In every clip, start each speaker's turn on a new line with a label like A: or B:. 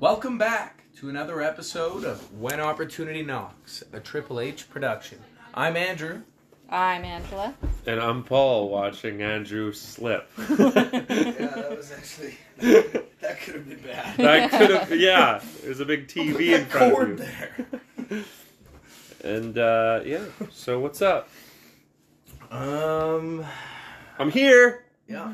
A: Welcome back to another episode of When Opportunity Knocks, a Triple H production. I'm Andrew.
B: I'm Angela.
C: And I'm Paul watching Andrew slip.
A: Yeah, Uh, that was actually that could have been bad.
C: that could have, yeah. There's a big TV in front of
A: there.
C: you. And uh, yeah, so what's up?
A: Um,
C: I'm here.
A: yeah,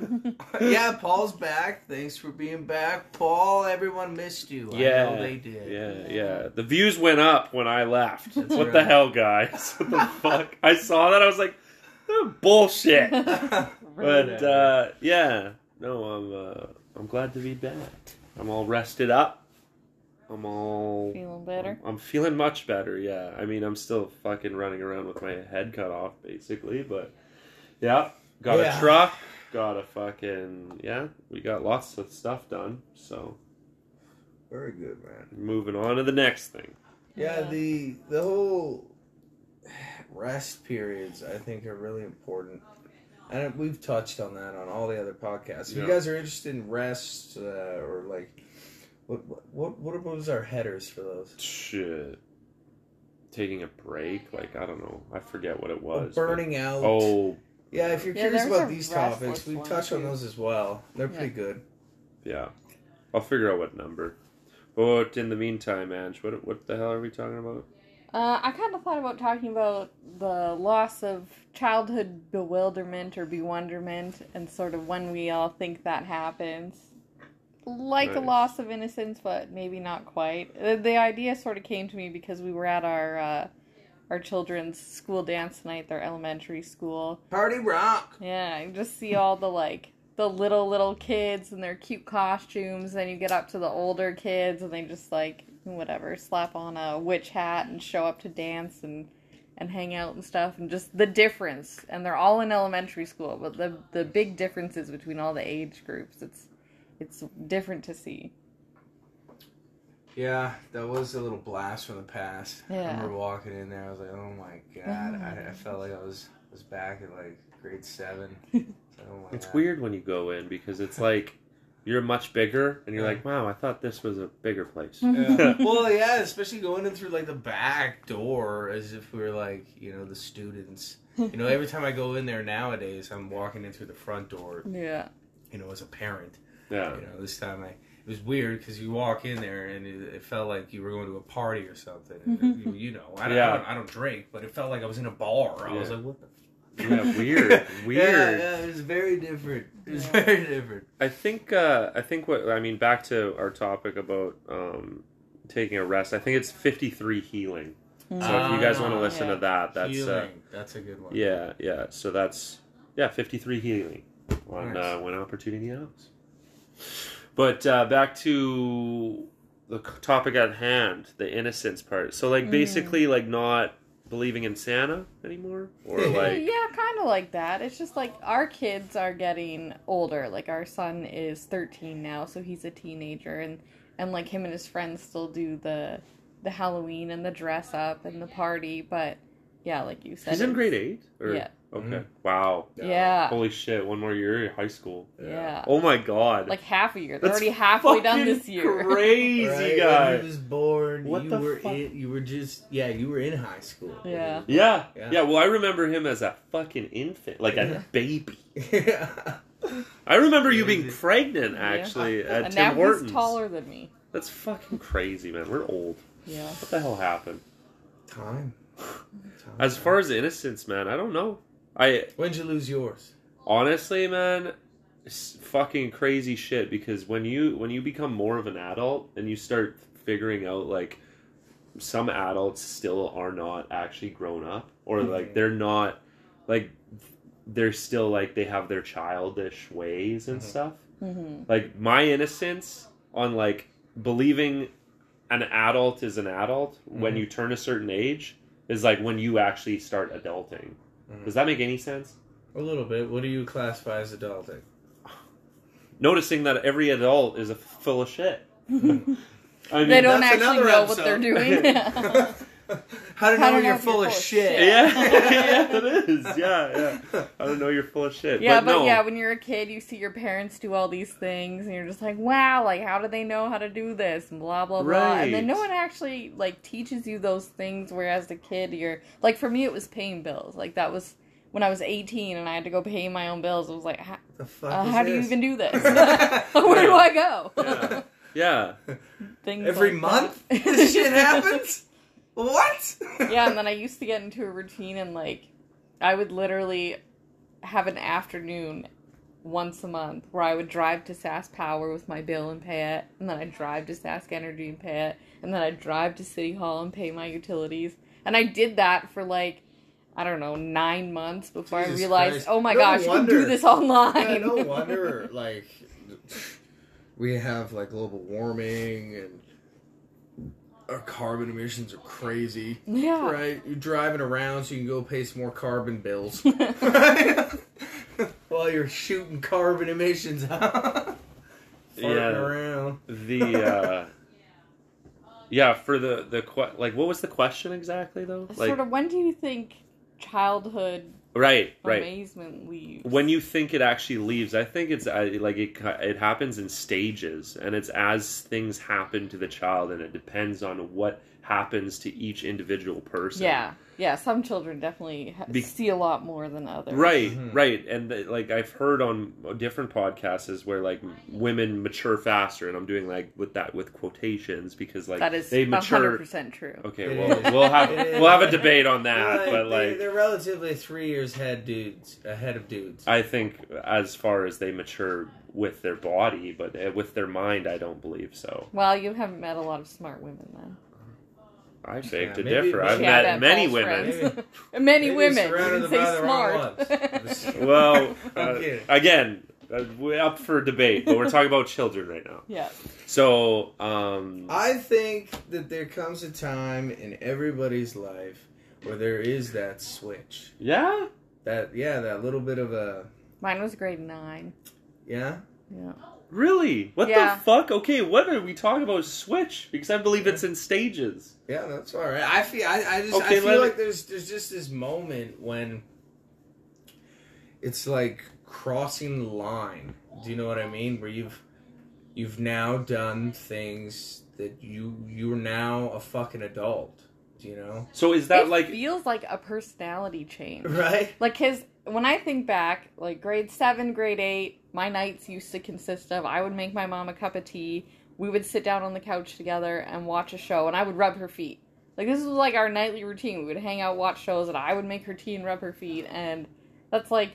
A: yeah. Paul's back. Thanks for being back, Paul. Everyone missed you. I
C: Yeah,
A: know they did.
C: Yeah, yeah. The views went up when I left.
A: That's
C: what
A: right.
C: the hell, guys? What the fuck? I saw that. I was like, "Oh, bullshit. But uh, yeah, no, I'm uh, I'm glad to be back. I'm all rested up. I'm all
B: Feeling better?
C: I'm, I'm feeling much better. Yeah, I mean, I'm still fucking running around with my head cut off, basically. But yeah, got
A: Yeah.
C: a truck, got a fucking yeah. We got lots of stuff done. So
A: Very good, man.
C: moving on to the next thing.
A: Yeah,
B: Yeah.
A: the the whole rest periods I think are really important. And we've touched on that on all the other podcasts. If you
C: Yeah.
A: guys are interested in rest uh, or like what what what was our headers for those?
C: Shit, taking a break. Like I don't know. I forget what it
A: Oh,
C: was. but-
A: burning out.
C: Oh
A: Yeah, if you're
B: Yeah,
A: curious
B: there's
A: about
B: a
A: these
B: restless
A: topics, we've
B: one,
A: touched on
B: too.
A: those as well. They're
B: Yeah.
A: pretty good.
C: yeah, I'll figure out what number. But in the meantime, Ange, what what the hell are we talking about?
B: Uh, I kind of thought about talking about the loss of childhood bewilderment or bewilderment and sort of when we all think that happens. Like a
C: Nice.
B: loss of innocence, but maybe not quite. Uh, The idea sort of came to me because we were at our uh, our children's school dance night, their elementary school,
A: Party rock.
B: Yeah, you just see all the like the little little kids and their cute costumes. Then you get up to the older kids and they just like whatever slap on a witch hat and show up to dance and and hang out and stuff and just the difference. And they're all in elementary school, but the the big differences between all the age groups. It's it's different to see.
A: Yeah, that was a little blast from the past. I
B: Yeah.
A: remember walking in there. I was like, oh my god. I, I felt like I was was back at like grade seven. It's like, oh my
C: It's
A: God.
C: weird when you go in because it's like you're much bigger and you're
A: Yeah.
C: like, wow, I thought this was a bigger place.
A: Yeah. well, yeah, especially going in through like the back door as if we were like, you know, the students. You know, every time I go in there nowadays, I'm walking in through the front door,
B: Yeah.
A: you know, as a parent.
C: yeah.
A: You know, this time I it was weird because you walk in there and it, it felt like you were going to a party or something. And, you, you know, I, don't- I
C: Yeah.
A: don't I don't drink, but it felt like I was in a bar. I was
C: Yeah.
A: like, what the
C: Yeah, weird. Weird.
A: Yeah, yeah, it was very different. It was
B: Yeah.
A: very different.
C: I think uh I think what I mean back to our topic about um taking a rest. I think it's 53 healing. So if you guys want to
A: Ah,
C: listen
B: yeah.
C: to that, that's uh
A: Healing. that's a good one.
C: yeah, yeah. So that's yeah, 53 healing on
A: Nice.
C: uh, when opportunity knocks. But uh, back to the c- topic at hand, the innocence part. So
B: Mm.
C: like basically like not believing in Santa anymore or
A: Yeah,
C: like
B: yeah, kind of like that. It's just like our kids are getting older. Like our son is 13 now, so he's a teenager and and like him and his friends still do the the Halloween and the dress up and the party, but yeah, like you said.
C: He's in
B: it's-
C: grade eight. Or,
B: Yeah.
C: Okay.
A: Mhm.
C: Wow.
B: Yeah.
C: Holy shit! One more year in high school.
B: Yeah.
C: Oh my god.
B: Like half a year. They're
C: That's
B: already halfway done
C: fucking
B: this year.
C: Crazy
A: Right, When he
C: guy.
A: was born.
C: What
A: you
C: the
A: were
C: fuck?
A: in. You were just. Yeah, you were in high school.
B: Yeah.
C: Yeah.
A: Yeah.
C: yeah. Well, I remember him as a fucking infant, like
A: Yeah.
C: a baby.
A: yeah.
C: I remember you
A: Crazy.
C: being pregnant
B: Yeah.
C: actually at
B: and
C: Tim
B: now
C: Hortons.
B: he's taller than me.
C: That's fucking crazy, man. We're old.
B: Yeah.
C: What the hell happened?
A: Time. Time.
C: As far as innocence, man, I don't know. I
A: When'd you lose yours?
C: honestly man it's fucking crazy shit because when you when you become more of an adult and you start figuring out like some adults still are not actually grown up or
A: Mhm.
C: like they're not like they're still like they have their childish ways and
A: Mhm.
C: stuff
B: hmm
C: like my innocence on like believing an adult is an adult when
A: Mhm.
C: you turn a certain age is like when you actually start adulting does that make any sense
A: A little bit. What do you classify as adulting?
C: noticing that every adult is a full of shit. I mean,
B: They don't
A: that's
B: actually
A: another
B: know what they're
A: episode.
B: doing.
A: How to know,
B: How to
A: you're,
B: know if
A: full of
B: you're full of
A: shit.
B: shit.
C: Yeah, yeah, it is. Yeah, yeah. I don't know. You're full of shit.
B: yeah,
C: but,
B: but,
C: no.
B: yeah, when you're a kid, you see your parents do all these things, and you're just like, wow, like how do they know how to do this? And blah blah blah. And then no
C: Right.
B: one actually like teaches you those things. Whereas the kid, you're like, for me, it was paying bills. Like that was when I was 18 and I had to go pay my own bills. I was like, "How-
A: The fuck
B: uh,
A: is
B: how do you
A: this?
B: even do this? Where do I go?
C: Yeah. yeah.
B: Things
A: Every
B: like
A: month
B: that.
A: this shit happens? What?
B: yeah, and then I used to get into a routine and like I would literally have an afternoon once a month where I would drive to Sask Power with my bill and pay it, and then I'd drive to Sask Energy and pay it, and then I'd drive to City Hall and pay my utilities. And I did that for like I don't know, nine months before
A: Jesus
B: I realized,
A: Christ.
B: oh my
A: No
B: gosh, you can
A: wonder.
B: do this online.
A: Yeah, no wonder, like, we have, like, global warming and our carbon emissions are crazy.
B: Yeah.
A: Right? You're driving around so you can go pay some more carbon bills. While you're shooting carbon emissions out. Farting
C: Yeah.
A: around.
C: The uh, yeah for the the que- like what was the question exactly though? Like
B: sort of when do you think childhood
C: right, right.
B: amazement leaves?
C: when you think it actually leaves i think it's I, like it ki- it happens in stages and it's as things happen to the child and it depends on what happens to each individual person
B: Yeah, yeah. Some children definitely ha-
C: Be-
B: see a lot more than others.
C: right
A: Mhm.
C: right and the, like i've heard on different podcasts is where like women mature faster and i'm doing like with that with quotations because like
B: That is
C: they
B: one hundred
C: mature
B: percent true.
C: okay
A: It
C: well
A: is.
C: we'll have
A: It is.
C: we'll have a debate on that
A: Like,
C: but
A: they-
C: like
A: they're relatively three years ahead dudes ahead of dudes.
C: I think as far as they mature with their body, but uh, with their mind, I don't believe so.
B: Well, you haven't met a lot of smart women then.
C: I beg
A: Yeah,
C: to
A: maybe-
C: differ. I've
A: maybe-
B: Yeah,
C: met
B: that
C: many
B: false
C: women.
B: friends. Many
A: Maybe
B: women.
A: surrounded
B: You
A: by
B: didn't say
A: the wrong
B: smart.
A: ones.
C: Well, uh,
A: Okay.
C: again, uh, we're up for debate, but we're talking about children right now.
B: yeah.
C: So, um,
A: I think that there comes a time in everybody's life where there is that switch.
C: yeah,
A: That yeah, that little bit of a
B: Mine was grade nine.
A: yeah.
B: Yeah.
C: really? What
B: Yeah.
C: the fuck? Okay, what are we talking about? Switch? Because I believe it's in stages.
A: Yeah, that's all right. I feel I, I just
C: Okay,
A: I
C: let
A: feel
C: me-
A: like there's there's just this moment when it's like crossing the line. Do you know what I mean? Where you've you've now done things that you you're now a fucking adult. Do you know?
C: So is that
B: it
C: like
B: feels like a personality change.
A: Right?
B: Like his when I think back, like grade seven, grade eight, my nights used to consist of I would make my mom a cup of tea, we would sit down on the couch together and watch a show, and I would rub her feet. Like this was like our nightly routine. We would hang out, watch shows, and I would make her tea and rub her feet, and that's like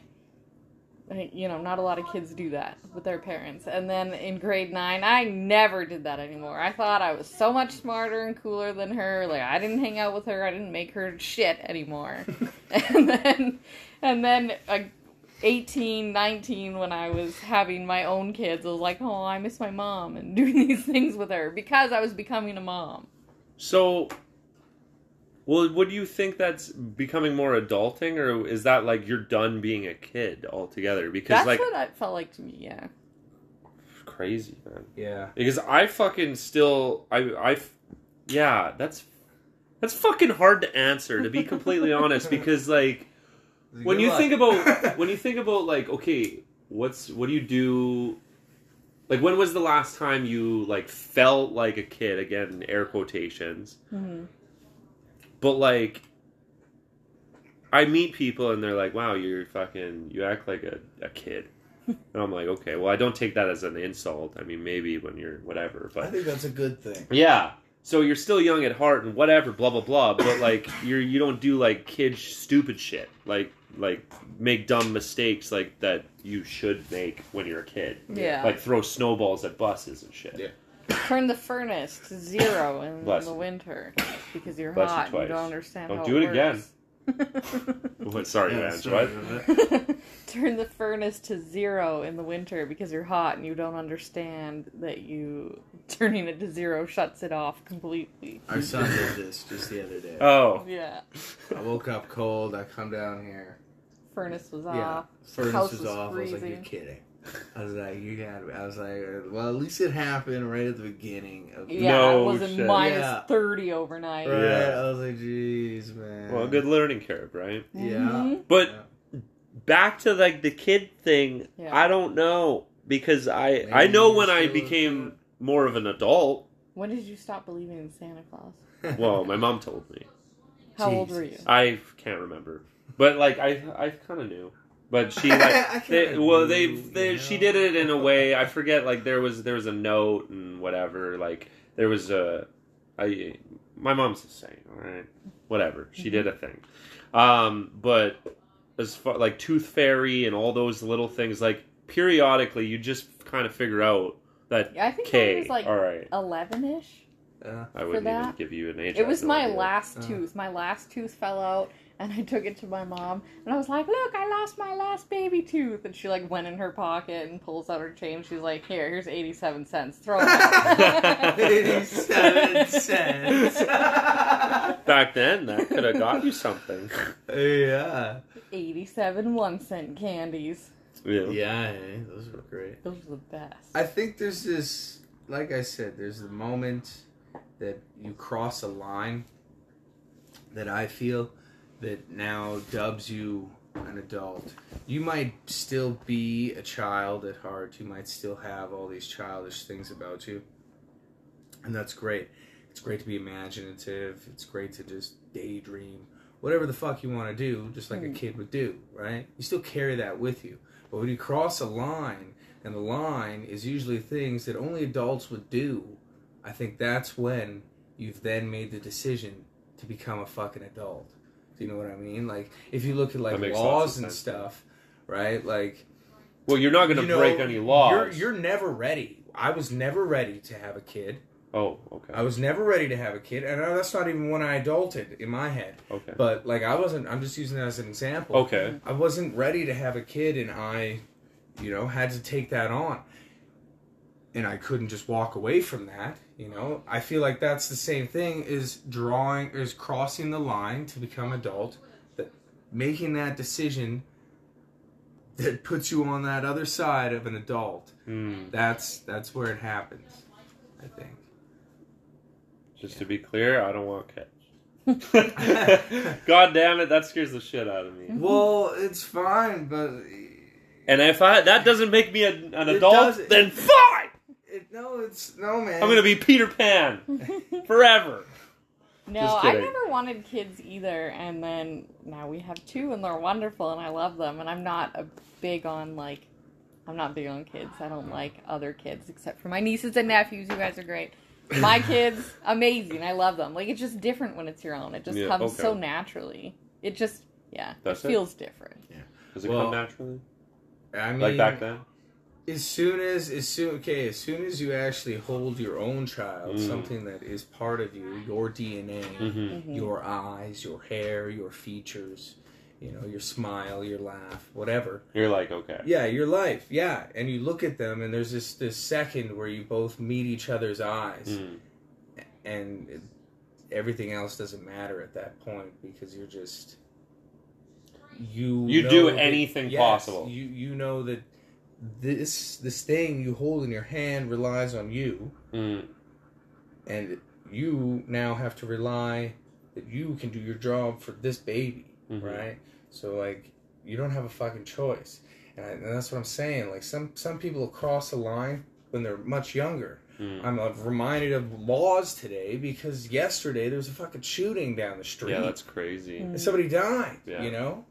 B: I- you know, not a lot of kids do that with their parents. And then in grade nine, I never did that anymore. I thought I was so much smarter and cooler than her. Like I didn't hang out with her. I didn't make her shit anymore. and then, and then like 18, 19, when I was having my own kids, I was like, oh, I miss my mom and doing these things with her because I was becoming a mom.
C: so? Well, would you think that's becoming more adulting, or is that like you're done being a kid altogether? Because
B: That's
C: like
B: what that felt like to me. Yeah.
C: crazy, man.
A: Yeah.
C: because I fucking still I I f- yeah that's that's fucking hard to answer to be completely honest because like when you think about when you think about like okay what's what do you do like when was the last time you like felt like a kid again air quotations
B: Mhm.
C: but like I meet people and they're like wow you're fucking you act like a, a kid and I'm like okay well I don't take that as an insult I mean maybe when you're whatever but
A: I think that's a good thing.
C: yeah. So you're still young at heart and whatever, blah blah blah. But like you're you don't do like kid sh- stupid shit, like like make dumb mistakes like that you should make when you're a kid,
B: Yeah.
C: like throw snowballs at buses and shit.
A: Yeah.
B: Turn the furnace to zero in
C: Bless
B: the
C: you.
B: winter because you're
C: Bless you
B: hot. You,
C: twice.
B: you don't understand.
C: Don't
B: how
C: do it again.
B: works.
C: What, sorry,
A: Yeah,
C: man.
A: sorry
C: What?
A: about that.
B: Turn the furnace to zero in the winter because you're hot and you don't understand that you turning it to zero shuts it off completely.
A: Our son did this just the other day.
C: Oh,
B: Yeah.
A: I woke up cold. I come down here.
B: Furnace was
A: Yeah,
B: off.
A: furnace
B: uh, house
A: was
B: was
A: off. I was like, "You're
B: freezing.
A: kidding." I was like, you got me. I was like, well, at least it happened right at the beginning of the
B: Yeah,
C: No
B: it was in
C: shit.
B: minus
A: Yeah.
B: 30 overnight.
A: Right.
C: Yeah.
A: I was like, jeez, man.
C: Well, good learning curve, right?
A: Yeah.
B: Mhm.
C: But back to like the kid thing,
B: Yeah.
C: I don't know because I
A: Maybe
C: I know
A: you
C: when I
A: still-
C: became more of an adult.
B: When did you stop believing in Santa Claus?
C: Well, my mom told me.
B: How old were you?
A: Jesus.
C: I can't remember, but like I I kind of knew. But she like
A: I
C: they,
A: kinda
C: well
A: knew,
C: they
A: you
C: they
A: know?
C: she did it in a way I forget like there was there was a note and whatever like there was a I my mom's the same all right whatever she
B: Mm-hmm.
C: did a thing, um but as far like tooth fairy and all those little things like periodically you just kind of figure out that
B: I think I
C: K
B: was like
C: all right
B: 11 ish.
A: Uh,
C: I wouldn't even
B: that.
C: give you an age
B: It
C: I have
B: was
C: no
B: my
C: idea.
B: last
A: Uh.
B: tooth. My last tooth fell out, and I took it to my mom, and I was like, "Look, I lost my last baby tooth." And she like went in her pocket and pulls out her change. She's like, "Here, here's eighty-seven cents. Throw it out."
A: 87 cents.
C: back then that could have got you something
A: yeah.
B: eighty-seven one-cent candies.
C: yeah.
A: Yeah, eh, those were great.
B: Those are the best.
A: I think there's this, like I said, there's the moment that you cross a line that I feel that now dubs you an adult. You might still be a child at heart. You might still have all these childish things about you. And that's great. It's great to be imaginative. It's great to just daydream. Whatever the fuck you want to do, just like a
B: Mm.
A: kid would do, right? You still carry that with you. But when you cross a line, and the line is usually things that only adults would do, I think that's when you've then made the decision to become a fucking adult. Do you know what I mean? Like, if you look at like
C: That makes
A: laws
C: lots of
A: and
C: sense.
A: stuff, right? Like,
C: Well, you're not going to
A: you know,
C: break any laws.
A: You're, you're never ready. I was never ready to have a kid.
C: Oh, okay.
A: I was never ready to have a kid, and uh, that's not even when I adulted in my head.
C: Okay.
A: But like, I wasn't. I'm just using that as an example.
C: Okay.
A: I wasn't ready to have a kid, and I, you know, had to take that on. And I couldn't just walk away from that. You know, I feel like that's the same thing is drawing, is crossing the line to become adult, that, making that decision that puts you on that other side of an adult.
C: Hmm.
A: That's that's where it happens, I think.
C: Just to be clear, I don't want kids. God damn it, that scares the shit out of me.
A: Well, it's fine, but
C: And if I that doesn't make me a, an
A: It
C: adult,
A: does-
C: then fine.
A: it, no, it's no man.
C: I'm gonna be Peter Pan forever.
B: No,
C: Just
B: I
C: kidding.
B: never wanted kids either, and then now we have two, and they're wonderful, and I love them. And I'm not a big on like, I'm not big on kids. I don't like other kids except for my nieces and nephews. You guys are great. My kids, amazing. I love them. Like it's just different when it's your own. It just
C: Yeah,
B: comes
C: okay.
B: so naturally. It just, yeah,
C: That's
B: it
C: it?
B: feels different.
C: Does it
A: Well,
C: come naturally?
A: I mean,
C: like back then?
A: as soon as as soon okay, as soon as you actually hold your own child,
C: Mm.
A: something that is part of you, your DNA,
C: Mm-hmm.
B: Mhm.
A: your eyes, your hair, your features, you know, your smile, your laugh, whatever.
C: You're like, okay.
A: Yeah, your life. Yeah, and you look at them, and there's this this second where you both meet each other's eyes,
C: Mm.
A: and it, everything else doesn't matter at that point because you're just you.
C: You
A: know
C: do
A: that-
C: anything
A: yes,
C: possible.
A: You you know that this this thing you hold in your hand relies on you,
C: Mm.
A: and you now have to rely that you can do your job for this baby
C: Mhm.
A: right? So like, you don't have a fucking choice, and, I, and that's what I'm saying. Like some some people cross the line when they're much younger.
C: Mm.
A: I'm uh, reminded of laws today because yesterday there was a fucking shooting down the street.
C: Yeah, that's crazy.
B: Mm.
A: And somebody died.
C: Yeah.
A: You know,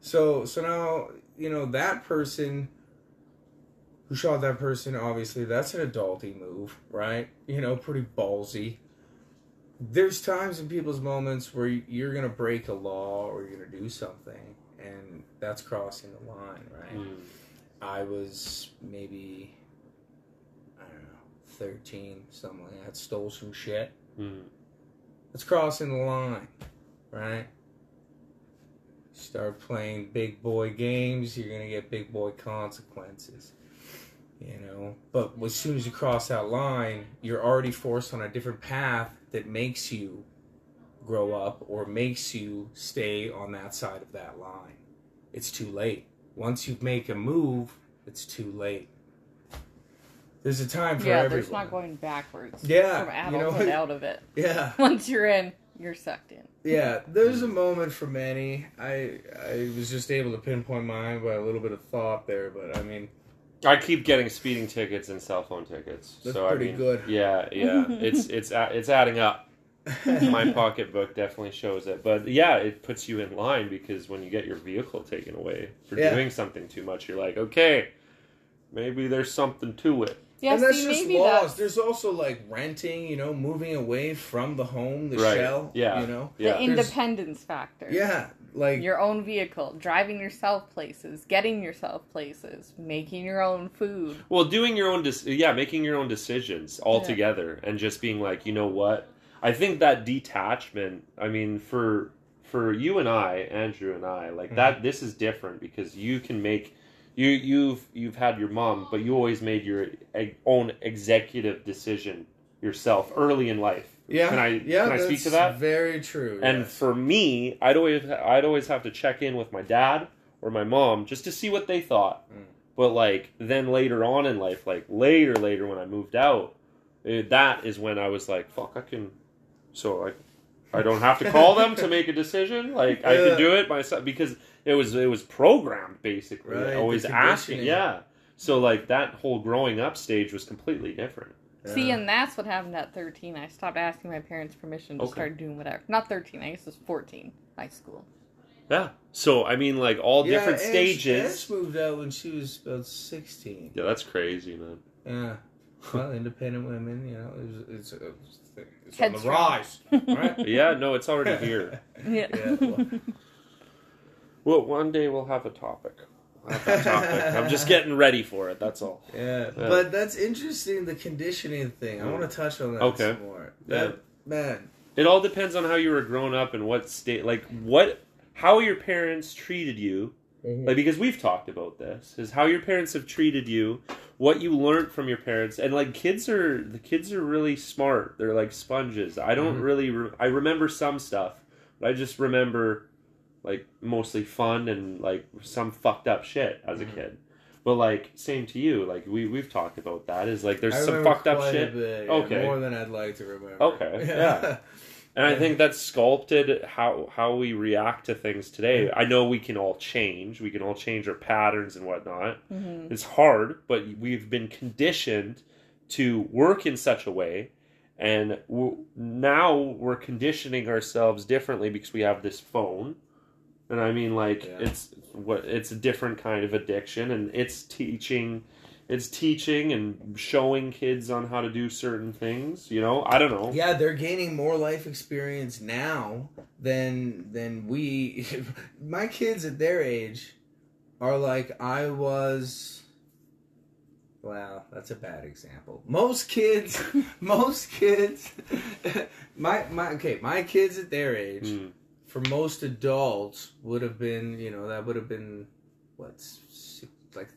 A: so so now you know that person who shot that person. Obviously, that's an adulty move, right? You know, pretty ballsy there's times in people's moments where you're gonna break a law or you're gonna do something and that's crossing the line right
C: Mm.
A: i was maybe i don't know 13 something like that stole some shit
C: Mm.
A: that's crossing the line right start playing big boy games you're gonna get big boy consequences you know but as soon as you cross that line you're already forced on a different path that makes you grow up or makes you stay on that side of that line it's too late once you make a move it's too late. There's a time for
B: yeah, there's
A: everyone.
B: not going backwards.
A: Yeah,
B: From
A: you know
B: adulthood
A: what?
B: out of it.
A: yeah.
B: Once you're in, you're sucked in.
A: Yeah, there's a moment for many. I I was just able to pinpoint mine by a little bit of thought there, but I mean,
C: I keep getting speeding tickets and cell phone tickets.
A: That's
C: so
A: pretty
C: I mean,
A: good.
C: Yeah, yeah. it's it's a- it's adding up. My pocketbook definitely shows it, but yeah, it puts you in line because when you get your vehicle taken away for
A: Yeah.
C: doing something too much, you're like, okay, maybe there's something to it.
B: Yeah,
A: and that's
B: see,
A: just
B: maybe
A: laws.
B: that's
A: There's also like renting, you know, moving away from the home, the
C: Right.
A: shell.
C: Yeah.
A: you know.
B: the
C: Yeah,
A: there's-
B: independence factor.
A: Yeah, like
B: Your own vehicle, driving yourself places, getting yourself places, making your own food.
C: Well, doing your own, dec- yeah, making your own decisions altogether, and just being like, you know what? I think that detachment. I mean, for for you and I, Andrew and I, like that. This is different because you can make you you've you've had your mom, but you always made your e- own executive decision yourself early in life.
A: yeah.
C: Can I
A: yeah,
C: can I speak to
A: that's
C: that?
A: Very true.
C: And
A: yes.
C: for me, I'd always I'd always have to check in with my dad or my mom just to see what they thought.
A: Mm.
C: But like then later on in life, like later later when I moved out, eh, that is when I was like, fuck, I can. So like, I don't have to call them to make a decision. Like I
A: Yeah.
C: can do it myself because it was it was programmed basically.
A: Right,
C: always
A: the
C: asking,
A: conditioning.
C: yeah. So like that whole growing up stage was completely different.
B: See,
A: Yeah.
B: and that's what happened at 13. I stopped asking my parents permission to
C: Okay.
B: start doing whatever. Not 13, I guess it was 14, high school.
C: Yeah. So I mean, like all
A: Yeah,
C: different
A: Ash-
C: stages.
A: Ash moved out when she was about sixteen.
C: Yeah, that's crazy, man.
A: Yeah. Well, independent women, you know, it's it's, it's, it's on the
B: Headstrong.
A: rise, right?
C: Yeah, no, it's already here.
B: Yeah.
A: Yeah, well.
C: well, one day we'll have a topic. We'll have that topic. I'm just getting ready for it. That's all.
A: Yeah, but that's interesting. The conditioning thing. I
C: Mm.
A: want to touch on that
C: Okay.
A: some more.
C: Yeah.
A: That, man,
C: It all depends on how you were grown up and what state, like what, how your parents treated you.
A: Mm-hmm.
C: Like because we've talked about this is how your parents have treated you, what you learned from your parents, and like kids are the kids are really smart. They're like sponges. I don't
A: Mhm.
C: really re- I remember some stuff, but I just remember like mostly fun and like some fucked up shit as
A: Mhm.
C: a kid. But like same to you, like we we've talked about that is like there's
A: I
C: some
A: remember
C: fucked up
A: quite a
C: shit,
A: bit, yeah,
C: Okay.
A: more than I'd like to remember.
C: Okay, yeah. and I think that sculpted how how we react to things today.
A: Mm-hmm.
C: I know we can all change. We can all change our patterns and whatnot.
B: hmm
C: It's hard, but we've been conditioned to work in such a way, and w now we're conditioning ourselves differently because we have this phone. And I mean, like
A: Yeah.
C: it's what it's a different kind of addiction, and it's teaching, it's teaching and showing kids on how to do certain things. You know, I don't know.
A: yeah, they're gaining more life experience now than than we. My kids at their age are like I was. Wow, that's a bad example. Most kids, most kids, my my okay, my kids at their age.
C: Mm.
A: for most adults would have been you know that would have been what's like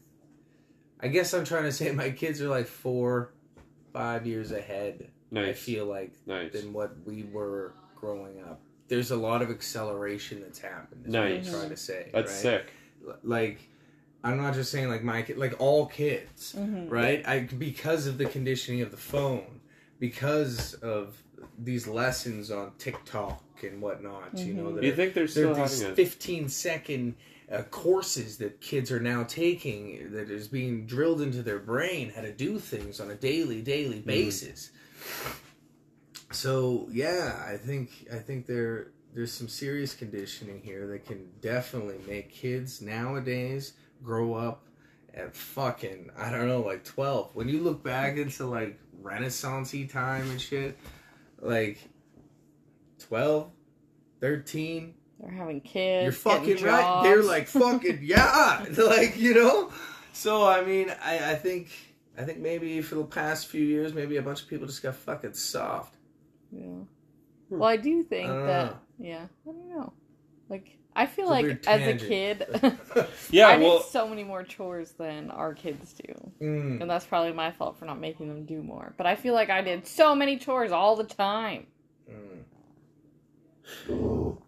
A: i guess i'm trying to say my kids are like four five years ahead i
C: Nice,
A: feel like
C: nice.
A: than what we were growing up there's a lot of acceleration that's happened is
C: Nice.
A: what i'm trying to say
C: That's
A: right?
C: sick.
A: L- like i'm not just saying like my kid like all kids
B: hmm
A: right? I because of the conditioning of the phone, because of these lessons on TikTok and whatnot, you know, that
C: Do you
A: are-
C: think they're
A: there
C: still
A: are these
C: having it?
A: 15 second uh, courses that kids are now taking that is being drilled into their brain how to do things on a daily daily basis so yeah i think i think there there's some serious conditioning here that can definitely make kids nowadays grow up at fucking i don't know like 12 when you look back into like renaissancey time and shit like 12 13
B: They're having kids.
A: you're fucking
B: getting
A: right. They're
B: jobs.
A: like fucking yeah, like you know. So I mean, I, I think I think maybe for the past few years, maybe a bunch of people just got fucking soft.
B: Yeah. Well, I do think
A: I don't
B: that.
A: know.
B: Yeah, I don't know. Like, I feel
A: Uh. It's a
B: like
A: weird
B: as a
A: tangent.
B: kid,
C: Yeah,
B: I
C: well,
B: did so many more chores than our kids do,
A: Mm.
B: and that's probably my fault for not making them do more. But I feel like I did so many chores all the time.
A: Mm.
B: So,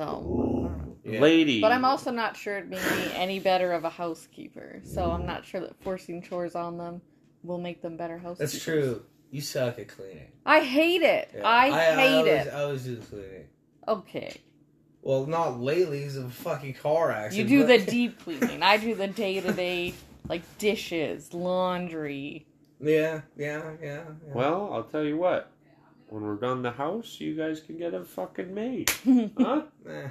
B: I don't know.
A: Yeah.
C: lady.
B: But I'm also not sure it made me any better of a housekeeper. So I'm not sure that forcing chores on them will make them better housekeepers.
A: That's true. You suck at cleaning.
B: I hate it.
A: Yeah.
B: I, hate
A: always,
B: it.
A: I always do the cleaning.
B: Okay.
A: Well, not lately. It's a fucking car
B: You
A: accident.
B: do the
A: but-
B: deep cleaning. I do the day to day, like dishes, laundry.
A: Yeah, yeah, yeah. yeah.
C: Well, I'll tell you what. When we're done the house, you guys can get a fucking maid, huh?
A: Eh.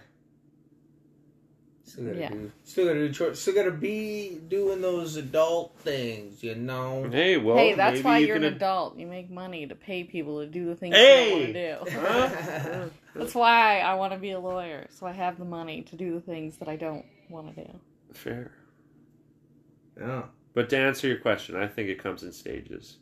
A: Still gotta
B: Yeah.
A: do. Still gotta do. chores. Still gotta be doing those adult things. You know.
C: Hey, well,
B: hey, that's
C: maybe
B: why
C: you
B: you're
C: can
B: an adult. You make money to pay people to do the things you
C: Hey!
B: don't want to do.
A: Uh-huh.
C: Huh?
B: That's why I want to be a lawyer, so I have the money to do the things that I don't want to do.
C: Fair.
A: yeah.
C: But to answer your question, I think it comes in stages.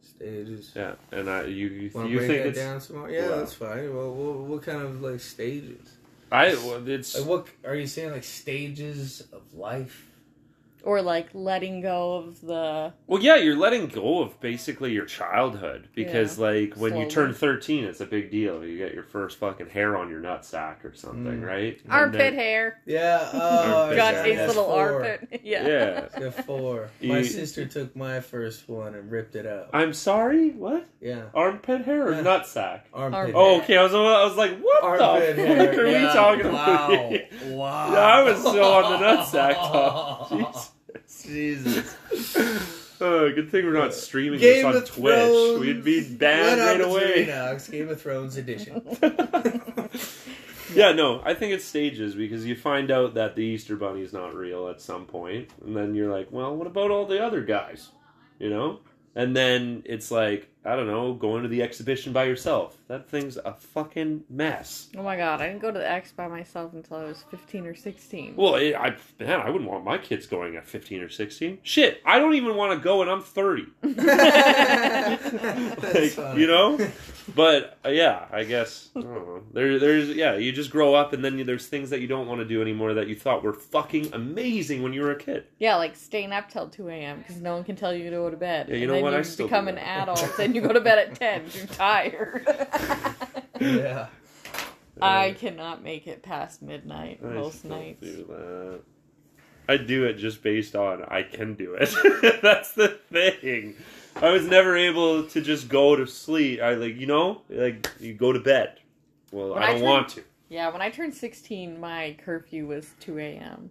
A: Stages.
C: Yeah, and I you you,
A: Want to
C: you
A: break
C: think
A: that
C: it's
A: down some more? Yeah,
C: Wow.
A: that's fine. Well, what, what kind of like stages?
C: I well, it's
A: Like, what are you saying? Like stages of life?
B: Or like letting go of the
C: well, yeah, you're letting go of basically your childhood because like when you turn
B: Slowly.
C: 13, it's a big deal. You get your first fucking hair on your nutsack or something,
A: Mm.
C: right? And
B: armpit
C: then-
B: hair.
A: Yeah. Oh,
C: Armpit.
B: Got
C: yeah,
B: his
C: that's
B: little
A: four.
B: armpit.
C: Yeah.
B: Yeah.
A: Yeah, four. My
C: You-
A: sister took my first one and ripped it out.
C: I'm sorry. What
A: Yeah.
C: armpit hair or
A: Yeah.
C: nutsack?
A: Armpit.
C: Oh, okay. I was, I was like, what
A: Armpit
C: the
A: hair.
C: fuck are
A: yeah.
C: we talking
A: wow.
C: about?
A: Wow.
C: Yeah, I was still on the nutsack talk.
A: Jesus.
C: Uh, good thing we're not streaming
A: Game
C: this on
A: of
C: Twitch.
A: Thrones.
C: We'd be
A: Went
C: banned
A: up
C: right
A: to
C: away.
A: Xenox, Game of Thrones edition.
C: yeah, no, I think it's stages because you find out that the Easter Bunny is not real at some point, and then you're like, well, what about all the other guys? You know? And then it's like, I don't know, going to the exhibition by yourself. That thing's a fucking mess.
B: Oh my god, I didn't go to the X by myself until I was 15 or 16.
C: Well, it, I man, I wouldn't want my kids going at 15 or 16. Shit, I don't even want to go and I'm 30.
A: That's
C: Like,
A: funny.
C: you know? But uh, yeah, I guess I don't know. there there's yeah, you just grow up and then you, there's things that you don't want to do anymore that you thought were fucking amazing when you were a kid.
B: Yeah, like staying up till 2 a.m. because no one can tell you to go to bed.
C: Yeah, you
B: and
C: know
B: then
C: what?
B: you
C: I still do
B: become an
C: that.
B: adult and you go to bed at 10 'cause you're tired.
A: Yeah.
B: I cannot make it past midnight
C: I
B: most
C: still
B: nights.
C: do that. I do it just based on I can do it. That's the thing. I was never able to just go to sleep. I like you know like you go to bed. Well,
B: When I
C: I don't
B: turned-
C: want to.
B: Yeah, when I turned 16, my curfew was 2 a.m.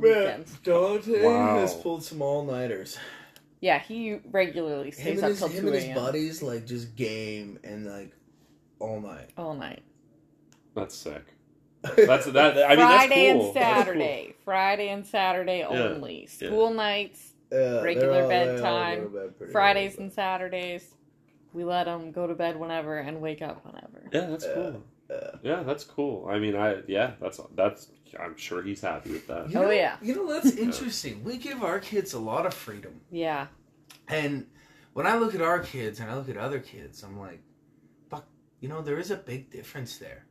A: Man,
B: weekends.
A: Dante
C: Wow.
A: has pulled some all nighters.
B: Yeah, he regularly
A: Him
B: stays
A: and
B: up
A: his,
B: till
A: him
B: 2
A: and his
B: a.m.
A: buddies like just game and like all night.
B: all night.
C: That's sick. That's that. I
B: Friday
C: mean, that's cool.
B: and
C: That's cool.
B: Saturday. Friday and Saturday only. School nights,
A: Yeah,
B: Regular
A: they're all- they all
B: bedtime,
A: go to bed pretty
B: Fridays
A: early,
B: and Saturdays. We let them go to bed whenever and wake up whenever.
C: Yeah, that's
A: Yeah.
C: cool.
A: Yeah.
C: Yeah, that's cool. I mean, I yeah, that's that's. I'm sure he's happy with that.
A: You
B: Oh,
A: know-
B: yeah.
A: You know that's interesting. We give our kids a lot of freedom,
B: Yeah.
A: and when I look at our kids and I look at other kids, I'm like, fuck. You know, there is a big difference there,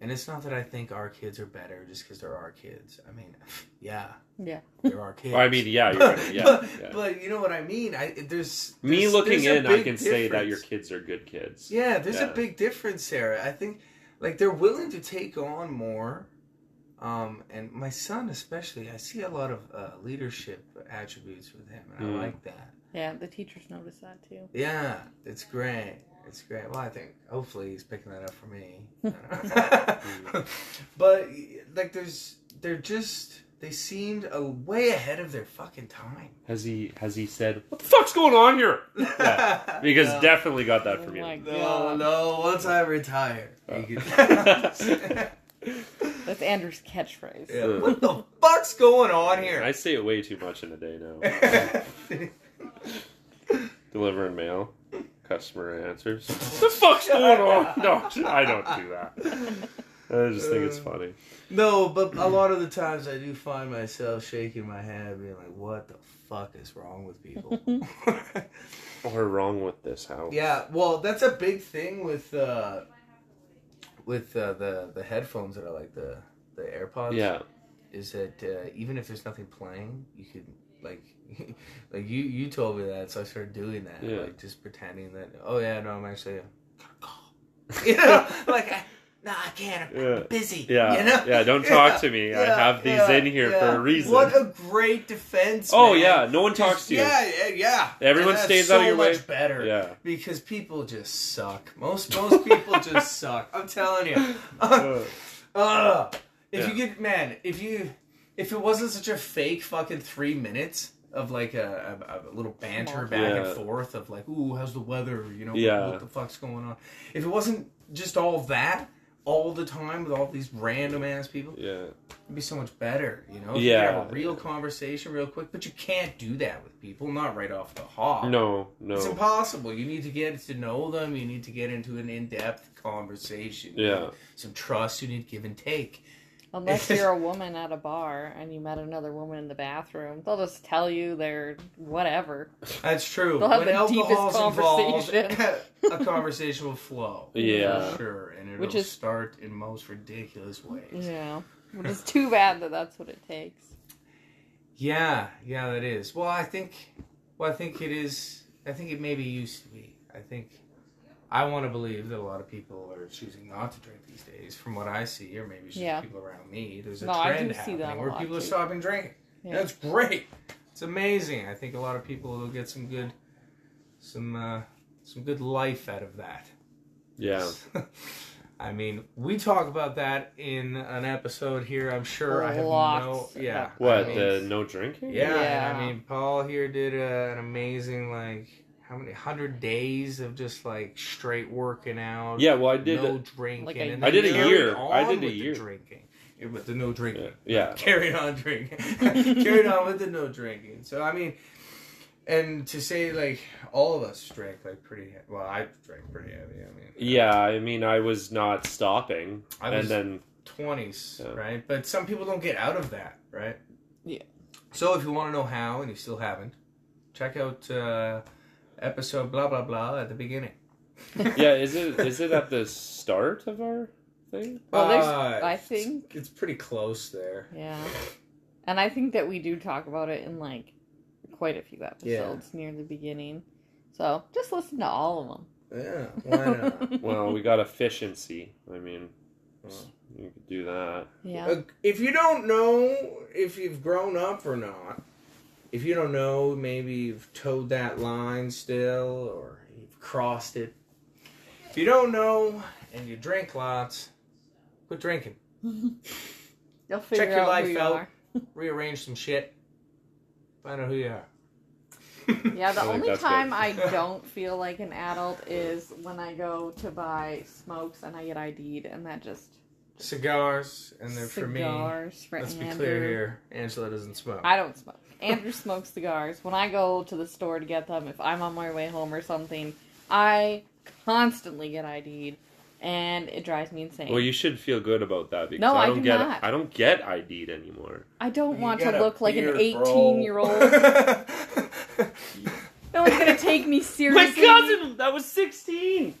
A: and it's not that I think our kids are better just because they're our kids. I mean, yeah,
B: Yeah.
A: they're our kids.
C: Well, I mean, yeah, you're right. yeah.
A: but,
C: yeah.
A: but you know what I mean. I there's,
C: Me
A: there's-
C: looking
A: there's a
C: in, I
A: big
C: can say that your
A: difference.
C: kids are good kids.
A: Yeah, there's
C: Yeah.
A: a big difference there. I think like they're willing to take on more. Um, and my son especially, I see a lot of uh, leadership attributes with him, and
C: Mm.
A: I like that.
B: Yeah, the teachers notice that too.
A: Yeah, it's great. It's great. Well, I think hopefully he's picking that up for me. but like, there's they're just they seemed a way ahead of their fucking time.
C: Has he has he said what the fuck's going on here? Yeah, Because
A: No.
C: definitely got that
B: Oh
C: from you.
B: my-
A: No, no. Once I retire, you
C: Oh.
A: can-
B: That's Andrew's catchphrase.
A: Yeah,
C: Uh.
A: What the fuck's going on
C: I
A: here?
C: say it way too much in a day now. Delivering mail, customer answers. the fuck's going on? No, I don't do that. I just think it's funny.
A: no, but a lot of the times I do find myself shaking my head, being like, "What the fuck is wrong with people?"
C: Or wrong with this house.
A: Uh, yeah, well, that's a big thing with uh, with uh, the the headphones that are like the the AirPods.
C: Yeah.
A: is that uh, even if there's nothing playing, you could like like you you told me that, so I started doing that,
C: Yeah.
A: like just pretending that oh yeah no I'm actually a- you know like I, No, I can't. I'm
C: Yeah.
A: busy.
C: Yeah,
A: you know?
C: yeah. Don't talk to me. I
A: Yeah,
C: have these
A: yeah,
C: in here
A: yeah.
C: for a reason.
A: What a great defense.
C: oh
A: man.
C: yeah, no one talks to you.
A: Yeah, yeah, yeah. And
C: Everyone
A: that's
C: stays
A: so
C: out of your way.
A: much better.
C: Yeah.
A: Because people just suck. Most most people just suck. I'm telling you.
C: Uh,
A: Ugh. If
C: Yeah.
A: you get man, if you if it wasn't such a fake fucking three minutes of like a, a, a little banter back
C: Yeah.
A: and forth of like, ooh, how's the weather? You know,
C: Yeah.
A: what the fuck's going on? If it wasn't just all that all the time with all these random ass people,
C: yeah.
A: it'd be so much better. You know, If
C: Yeah.
A: you could have a real conversation real quick. But you can't do that with people, not right off the hop.
C: No.
A: It's
C: No.
A: impossible. You need to get to know them. You need to get into an in-depth conversation.
C: Yeah.
A: Some trust. You need give and take.
B: Unless you're a woman at a bar and you met another woman in the bathroom, they'll just tell you they're whatever.
A: That's true.
B: They'll have
A: when
B: the
A: alcohol's
B: deepest
A: involved,
B: conversation.
A: a conversation will flow.
C: Yeah.
A: For sure. And it'll
B: Which is-
A: start in most ridiculous ways.
B: Yeah. Which is too bad that that's what it takes.
A: Yeah, yeah, that is. Well, I think, well, I think it is. I think it maybe used to be. I think I want to believe that a lot of people are choosing not to drink these days. From what I see, or maybe it's just
B: Yeah.
A: people around me. There's a
B: No, I do
A: trend
B: see
A: happening
B: that a
A: where
B: lot,
A: people are
B: too.
A: stopping drinking.
B: Yeah.
A: That's great. It's amazing. I think a lot of people will get some good, some uh, some good life out of that.
C: Yeah.
A: I mean, we talk about that in an episode here. I'm sure I have
B: Lots
A: no. Yeah.
B: of
C: What
A: I mean,
C: the no drinking?
A: yeah, and I
B: Yeah.
A: mean, Paul here did uh an amazing like how many hundred days of just like straight working out.
C: Yeah. Well, I did.
A: no drinking.
B: Like a
A: and
B: I
A: then
B: did a
A: carried
C: year. I
A: on
C: did a
A: with the
C: year.
A: drinking Yeah, with the no drinking.
C: yeah.
A: Carried on drinking. carried on with the no drinking. So I mean. And to say like all of us drank like pretty he- well, I drank pretty heavy. I mean,
C: Yeah. I mean, I was not stopping,
A: I
C: and
A: was-
C: then
A: twenties,
C: Yeah.
A: right? But some people don't get out of that, right?
B: Yeah.
A: So if you want to know how, and you still haven't, check out uh, episode blah blah blah at the beginning.
C: yeah. Is it is it at the start of our thing?
B: Well, there's-
A: Uh,
B: I think-
A: it's, it's pretty close there.
B: Yeah. And I think that we do talk about it in like quite a few episodes near the beginning. So just listen to all of them.
A: Yeah, why not?
C: Well, we got efficiency. I mean,
A: Well.
C: you could do that.
B: yeah.
A: Uh, if you don't know if you've grown up or not, if you don't know, maybe you've towed that line still or you've crossed it. If you don't know and you drink lots, quit drinking.
B: You'll figure
A: your
B: out
A: life
B: who you
A: out.
B: are.
A: rearrange some shit, find out who you are.
B: Yeah, the
C: I think
B: only
C: that's good.
B: time I don't feel like an adult is when I go to buy smokes and I get ID'd, and that just
A: Cigars, and they're for me.
B: cigars for,
A: Let's
B: Andrew.
A: be clear here. Angela doesn't smoke.
B: I don't smoke. Andrew smokes cigars. When I go to the store to get them, if I'm on my way home or something, I constantly get ID'd, and it drives me insane.
C: Well, you should feel good about that because
B: No,
C: I
B: I
C: don't
B: do
C: get
B: not.
C: I don't get ID'd anymore.
B: I don't
A: You
B: want to
A: got a
B: look like an
A: beard, bro.
B: 18 year old. No one's gonna take me seriously.
C: that was sixteen.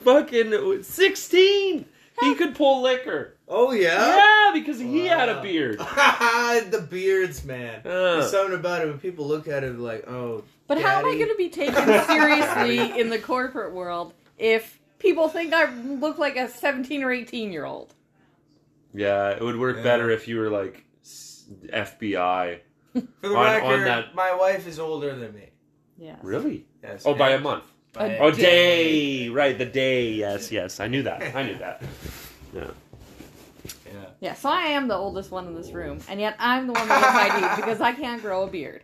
C: Fucking sixteen. He could pull liquor.
A: oh yeah.
C: Yeah, because he had a
A: Wow.
C: beard.
A: the beards, man. There's
C: Uh,
A: something about it when people look at it like, oh,
B: But how am I
A: Daddy.
B: gonna be taken seriously in the corporate world if people think I look like a 17 or 18 year old?
C: yeah, it would work
A: Yeah.
C: better if you were like s- FBI.
A: for the
C: On- on
A: record,
C: that-
A: my wife is older than me.
B: Yes.
C: Really?
A: Yes.
C: Oh, by a month.
A: By
B: A
C: Oh,
A: a
C: day. Right, the day. Yes, yes. I knew that. I knew that.
A: Yeah.
B: Yeah, so I am the oldest one in this room, and yet I'm the one that gets ID because I can't grow a beard.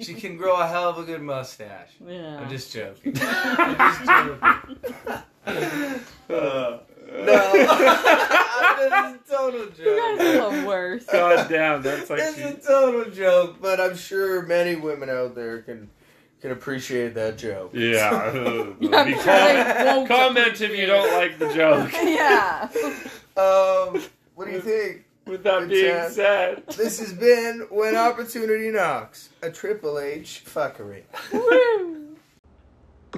A: She can grow a hell of a good mustache.
B: yeah.
A: I'm just joking. I'm just joking. Uh, No, this is a total
B: you guys are
A: joke.
B: the worst.
C: God damn, that's like.
A: This is a total joke, but I'm sure many women out there can can appreciate that joke.
C: Yeah.
B: I'm
C: Be
B: sure they
C: calm-
B: won't
C: comment if you don't like the joke.
B: yeah.
A: Um, what do you think?
C: With that
A: It's,
C: being
A: uh,
C: said,
A: This has been when opportunity knocks, a Triple H fuckery.
B: Woo.